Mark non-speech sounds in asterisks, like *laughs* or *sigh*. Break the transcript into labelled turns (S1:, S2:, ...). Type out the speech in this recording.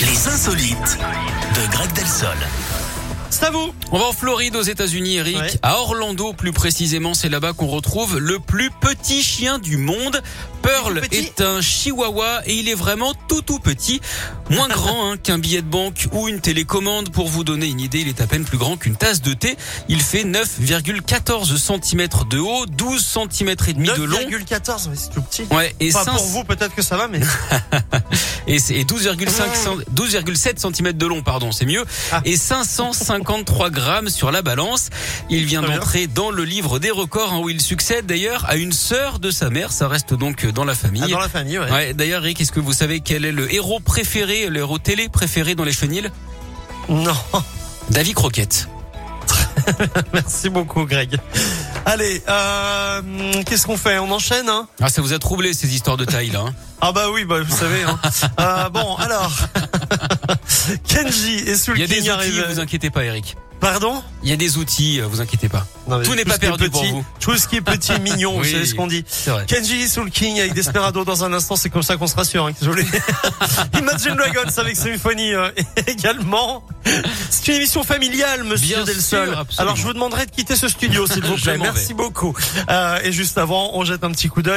S1: Les insolites de Greg Delsol.
S2: C'est à vous.
S3: On va en Floride aux États-Unis, Eric.
S2: Ouais.
S3: À Orlando, plus précisément, c'est là-bas qu'on retrouve le plus petit chien du monde. Pearl
S2: Petit.
S3: est un chihuahua et il est vraiment tout tout petit, moins
S2: *laughs*
S3: grand hein, qu'un billet de banque ou une télécommande. Pour vous donner une idée, il est à peine plus grand qu'une tasse de thé. Il fait 9,14 cm de haut, 12 cm et demi de long.
S2: 9,14, mais c'est tout petit.
S3: Ouais, et
S2: Enfin,
S3: 5
S2: pour vous, peut-être que ça va,
S3: *laughs*
S2: mais
S3: et c'est- et 12,5 cent- 12,7 cm de long, pardon, c'est mieux,
S2: Ah.
S3: et 553 grammes sur la balance. Il vient
S2: Très bien.
S3: d'entrer dans le livre des records hein, où il succède d'ailleurs à une sœur de sa mère. Ça reste donc euh, dans la famille.
S2: Ah, dans la famille, ouais.
S3: Ouais, d'ailleurs, Eric, est-ce que vous savez quel est le héros préféré, le héros télé préféré dans les chenilles
S2: Non, *laughs*
S3: David Croquette.
S2: merci beaucoup, Greg. Allez, euh, qu'est-ce qu'on fait On enchaîne, hein
S3: Ah, ça vous a troublé ces histoires de taille là. hein
S2: Ah bah oui, bah vous savez.
S3: *laughs*
S2: Hein. Euh, bon, alors, *laughs* Kenji est sous
S3: Il y
S2: le
S3: a des
S2: King
S3: outils,
S2: arrive.
S3: vous inquiétez pas, Eric.
S2: Pardon
S3: Il y a des outils, euh, vous inquiétez pas.
S2: Non, mais
S3: Tout n'est pas
S2: ce qui est
S3: perdu pour
S2: petit-
S3: vous.
S2: Tout ce qui est petit et mignon,
S3: *laughs* Oui.
S2: vous savez ce qu'on dit.
S3: C'est vrai.
S2: Kenji Soul King avec Desperado dans un instant, c'est comme ça qu'on se rassure. Hein, que je
S3: *laughs*
S2: voulais. Imagine Dragons avec Symphonie euh, *laughs* également. C'est une émission familiale, Monsieur
S3: Bien
S2: Del
S3: sûr,
S2: Sol.
S3: absolument. *laughs*
S2: Alors je vous demanderai de quitter ce studio, s'il vous
S3: Je
S2: plaît.
S3: m'en
S2: Merci beaucoup. Euh, et juste avant, on jette un petit coup d'œil.